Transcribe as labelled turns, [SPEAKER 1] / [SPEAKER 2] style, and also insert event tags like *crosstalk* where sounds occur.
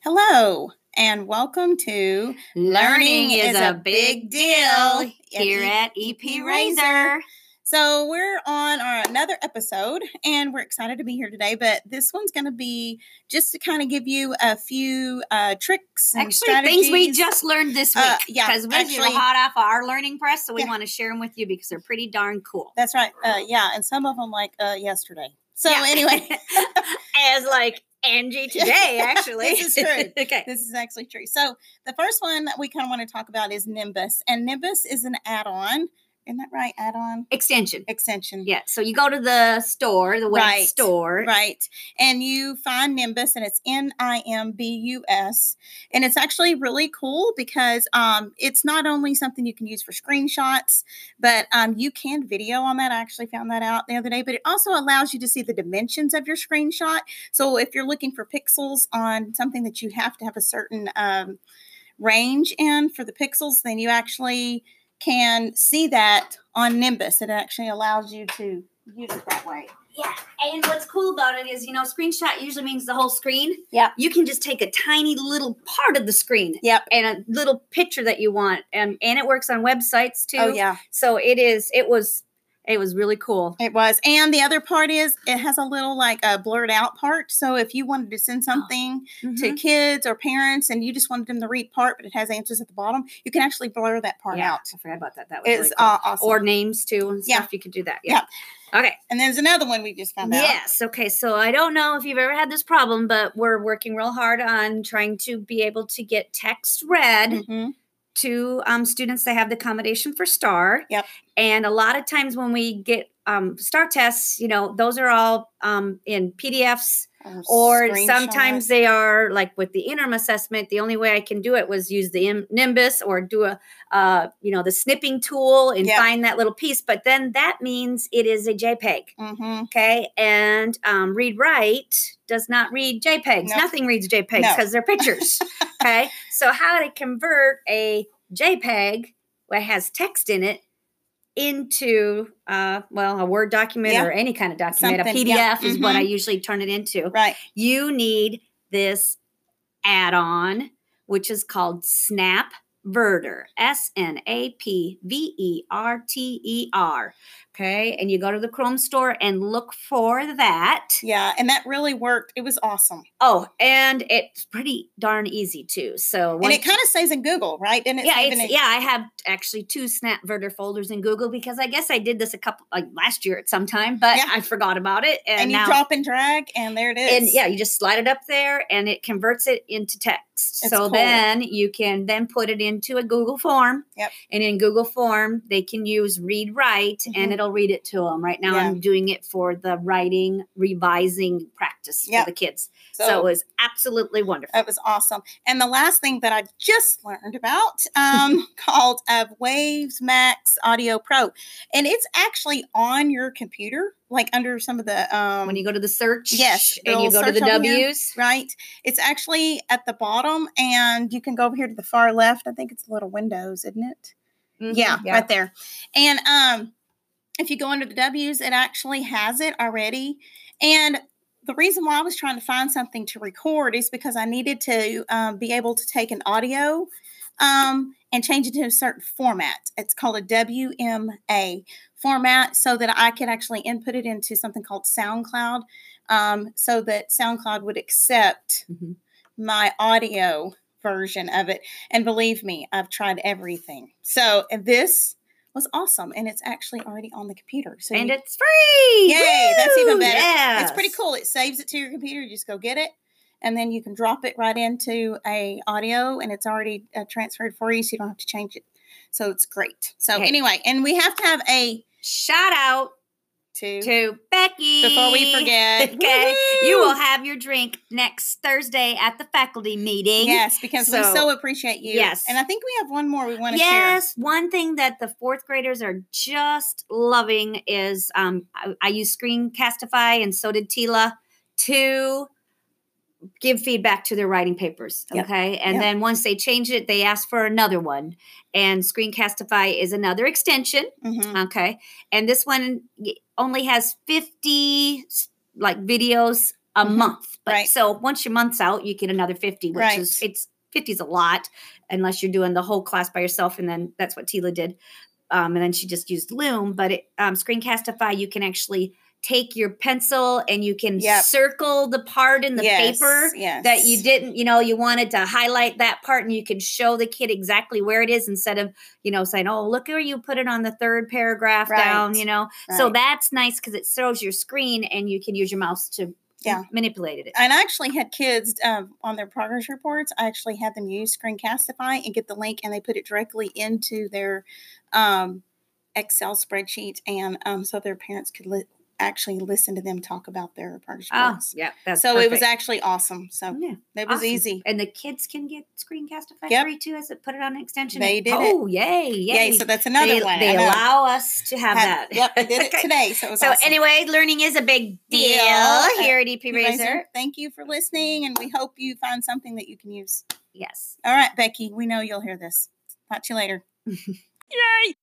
[SPEAKER 1] Hello, and welcome to
[SPEAKER 2] Learning is a big deal here
[SPEAKER 1] Yep.
[SPEAKER 2] at E EP Razor.
[SPEAKER 1] So, we're on our, another episode, and we're excited to be here today. But this one's going to be just to kind of give you a few uh, tricks and
[SPEAKER 2] Actually, things we
[SPEAKER 1] strategies.
[SPEAKER 2] just learned this
[SPEAKER 1] Uh,
[SPEAKER 2] week
[SPEAKER 1] yeah,
[SPEAKER 2] because we're
[SPEAKER 1] actually-
[SPEAKER 2] hot off of our learning press, so we
[SPEAKER 1] Yeah.
[SPEAKER 2] want to share them with you because they're pretty darn cool.
[SPEAKER 1] That's right. Uh, yeah, and some of them like uh, yesterday. So,
[SPEAKER 2] Yeah. *laughs*
[SPEAKER 1] anyway,
[SPEAKER 2] as like
[SPEAKER 1] *laughs*
[SPEAKER 2] Angie today, actually,
[SPEAKER 1] This is true.
[SPEAKER 2] *laughs* okay,
[SPEAKER 1] this is actually true. So, the first one that we kind of want to talk about is Nimbus, and Nimbus is an add on. Isn't that right? Add on
[SPEAKER 2] extension.
[SPEAKER 1] extension.
[SPEAKER 2] Yeah, so you go to the store, the web
[SPEAKER 1] Right,
[SPEAKER 2] store.
[SPEAKER 1] Right. And you find Nimbus and it's N I M B U S. And it's actually really cool because um, it's not only something you can use for screenshots, but um, you can video on that. I actually found that out the other day, but it also allows you to see the dimensions of your screenshot. So if you're looking for pixels on something that you have to have a certain um, range in for the pixels, then you actually can see that on Nimbus. It actually allows you to use it that way.
[SPEAKER 2] Yeah, and what's cool about it is, you know, screenshot usually means the whole screen.
[SPEAKER 1] Yeah.
[SPEAKER 2] You can just take a tiny little part of the screen
[SPEAKER 1] Yep.
[SPEAKER 2] and a little picture that you want, and and it works on websites too.
[SPEAKER 1] Oh, yeah.
[SPEAKER 2] So it is. It was. It was really cool.
[SPEAKER 1] It was. And the other part is it has a little like a blurred out part. So if you wanted to send
[SPEAKER 2] Oh,
[SPEAKER 1] something
[SPEAKER 2] mm-hmm.
[SPEAKER 1] to kids or parents and you just wanted them to read part, but it has answers at the bottom, you can actually blur that part
[SPEAKER 2] yeah,
[SPEAKER 1] out.
[SPEAKER 2] I forgot about that. That was
[SPEAKER 1] It's
[SPEAKER 2] really cool.
[SPEAKER 1] uh, awesome.
[SPEAKER 2] or names too and
[SPEAKER 1] Yeah.
[SPEAKER 2] stuff. You could do that. Okay.
[SPEAKER 1] and there's another one we just found out.
[SPEAKER 2] Yes. Okay. So I don't know if you've ever had this problem, but we're working real hard on trying to be able to get text read
[SPEAKER 1] Mhm.
[SPEAKER 2] to um, students that have the accommodation for STAR.
[SPEAKER 1] Yep.
[SPEAKER 2] And a lot of times when we get um, STAR tests, you know, those are all um, in PDFs or
[SPEAKER 1] screenshot.
[SPEAKER 2] sometimes they are like with the interim assessment the only way i can do it was use the im- nimbus or do a uh, you know the snipping tool and
[SPEAKER 1] Yep.
[SPEAKER 2] find that little piece but then that means it is a jpeg
[SPEAKER 1] Mhm.
[SPEAKER 2] okay and um, read write does not read jpegs
[SPEAKER 1] No.
[SPEAKER 2] nothing reads jpegs
[SPEAKER 1] No.
[SPEAKER 2] because
[SPEAKER 1] *laughs*
[SPEAKER 2] they're pictures okay so how to convert a jpeg that has text in it into uh, well a word document
[SPEAKER 1] Yeah.
[SPEAKER 2] or any kind of document a
[SPEAKER 1] Something,
[SPEAKER 2] pdf
[SPEAKER 1] yeah.
[SPEAKER 2] is what i
[SPEAKER 1] Mhm.
[SPEAKER 2] usually turn it into
[SPEAKER 1] Right.
[SPEAKER 2] you need this add on, which is called Snapverter. S N A P V E R T E R. Okay. And you go to the Chrome store and look for that.
[SPEAKER 1] Yeah. And that really worked. It was awesome.
[SPEAKER 2] Oh, and it's pretty darn easy too. So,
[SPEAKER 1] and
[SPEAKER 2] once-
[SPEAKER 1] it kind of stays in Google, right? And it's
[SPEAKER 2] yeah,
[SPEAKER 1] even
[SPEAKER 2] it's, yeah, I have actually two Snapverter folders in Google because I guess I did this a couple like last year at some time, but
[SPEAKER 1] Yeah.
[SPEAKER 2] I forgot about it. And,
[SPEAKER 1] And you
[SPEAKER 2] now,
[SPEAKER 1] drop and drag, and there it is.
[SPEAKER 2] and yeah, you just slide it up there and it converts it into text.
[SPEAKER 1] It's
[SPEAKER 2] so
[SPEAKER 1] cool.
[SPEAKER 2] then you can then put it into a Google form.
[SPEAKER 1] Yep.
[SPEAKER 2] And in Google form, they can use read write and
[SPEAKER 1] Mhm.
[SPEAKER 2] it'll read it to them. Right now,
[SPEAKER 1] Yeah.
[SPEAKER 2] I'm doing it for the writing revising practice
[SPEAKER 1] Yep.
[SPEAKER 2] for the kids. So, it was absolutely wonderful.
[SPEAKER 1] That was awesome. And the last thing that I just learned about,
[SPEAKER 2] *laughs*
[SPEAKER 1] um, called uh, Waves Max Audio Pro, and it's actually on your computer, like under some of the um,
[SPEAKER 2] when you go to the search,
[SPEAKER 1] yes,
[SPEAKER 2] and you
[SPEAKER 1] it'll
[SPEAKER 2] go to the
[SPEAKER 1] search over here.
[SPEAKER 2] W's.
[SPEAKER 1] right. It's actually at the bottom, and you can go over here to the far left. I think it's a little Windows, isn't it?
[SPEAKER 2] Mhm,
[SPEAKER 1] yeah, right there. And um, if you go under the W's, it actually has it already. And the reason why I was trying to find something to record is because I needed to um, be able to take an audio um, and change it to a certain format. It's called a WMA format so that I could actually input it into something called SoundCloud um, so that SoundCloud would accept
[SPEAKER 2] Mhm.
[SPEAKER 1] my audio version of it. And believe me, I've tried everything. So and this was awesome. And it's actually already on the computer. So
[SPEAKER 2] And
[SPEAKER 1] you-
[SPEAKER 2] it's free.
[SPEAKER 1] Yay, that's even
[SPEAKER 2] Woo,
[SPEAKER 1] better. it's pretty
[SPEAKER 2] yes.
[SPEAKER 1] cool. It saves it to your computer. You just go get it. And then you can drop it right into a audio and it's already uh, transferred for you. So you don't have to change it. So it's great. So
[SPEAKER 2] Okay.
[SPEAKER 1] anyway, and we have to have a
[SPEAKER 2] Shout out
[SPEAKER 1] two.
[SPEAKER 2] to Becky.
[SPEAKER 1] Before we *laughs* forget.
[SPEAKER 2] Okay. You will
[SPEAKER 1] Woohoo!
[SPEAKER 2] have your drink next Thursday at the faculty meeting.
[SPEAKER 1] Yes, because we
[SPEAKER 2] So-
[SPEAKER 1] so appreciate you.
[SPEAKER 2] Yes.
[SPEAKER 1] And I think we have one more we want to share.
[SPEAKER 2] Yes, one thing that the fourth graders are just loving is um, I, I use Screencastify and so did Tila to give feedback to their writing papers.
[SPEAKER 1] Yep.
[SPEAKER 2] Okay. And
[SPEAKER 1] Yep.
[SPEAKER 2] then once they change it, they ask for another one. And Screencastify is another extension.
[SPEAKER 1] Mhm.
[SPEAKER 2] Okay. And this one y- only has 50 s- like videos a
[SPEAKER 1] Mhm.
[SPEAKER 2] month. But
[SPEAKER 1] Right.
[SPEAKER 2] so once your month's out, you get another 50, which
[SPEAKER 1] Right.
[SPEAKER 2] is it's 50 is a lot unless you're doing the whole class by yourself. And then that's what Tila did. Um, and then she just used Loom, but it, um, Screencastify, you can actually take your pencil and you can
[SPEAKER 1] Yep.
[SPEAKER 2] circle the part in the
[SPEAKER 1] Yes,
[SPEAKER 2] paper
[SPEAKER 1] yes.
[SPEAKER 2] that you didn't, you know, you wanted to highlight that part and you can show the kid exactly where it is instead of, you know, saying, oh, look where you put it on the third paragraph
[SPEAKER 1] Right,
[SPEAKER 2] down, you know. So
[SPEAKER 1] Right.
[SPEAKER 2] that's nice because it shows your screen and you can use your mouse to
[SPEAKER 1] Yeah.
[SPEAKER 2] manipulate it.
[SPEAKER 1] and I actually had kids um, on their progress reports. I actually had them use Screencastify and get the link, and they put it directly into their um, Excel spreadsheet, and um, so their parents could li- actually listen to them talk about their progress
[SPEAKER 2] Oh,
[SPEAKER 1] reports.
[SPEAKER 2] yeah. That's
[SPEAKER 1] so it was
[SPEAKER 2] perfect.
[SPEAKER 1] actually awesome. So
[SPEAKER 2] Yeah,
[SPEAKER 1] it was
[SPEAKER 2] awesome.
[SPEAKER 1] easy.
[SPEAKER 2] And the kids can get Screencastify
[SPEAKER 1] Yep.
[SPEAKER 2] free too as it put it on an extension.
[SPEAKER 1] They did it.
[SPEAKER 2] Oh, yay, yay.
[SPEAKER 1] Yay! So that's another
[SPEAKER 2] they
[SPEAKER 1] one. I
[SPEAKER 2] they
[SPEAKER 1] know.
[SPEAKER 2] allow us to have,
[SPEAKER 1] Had-
[SPEAKER 2] that.
[SPEAKER 1] Yep, I
[SPEAKER 2] *laughs*
[SPEAKER 1] did it
[SPEAKER 2] Okay.
[SPEAKER 1] today. So it was
[SPEAKER 2] So
[SPEAKER 1] awesome.
[SPEAKER 2] anyway, learning is a big deal
[SPEAKER 1] Deal at
[SPEAKER 2] here at EP
[SPEAKER 1] Razor,
[SPEAKER 2] Razor.
[SPEAKER 1] thank you for listening, and we hope you find something that you can use.
[SPEAKER 2] Yes.
[SPEAKER 1] All right, Becky, we know you'll hear this. Talk to you later.
[SPEAKER 2] Yay!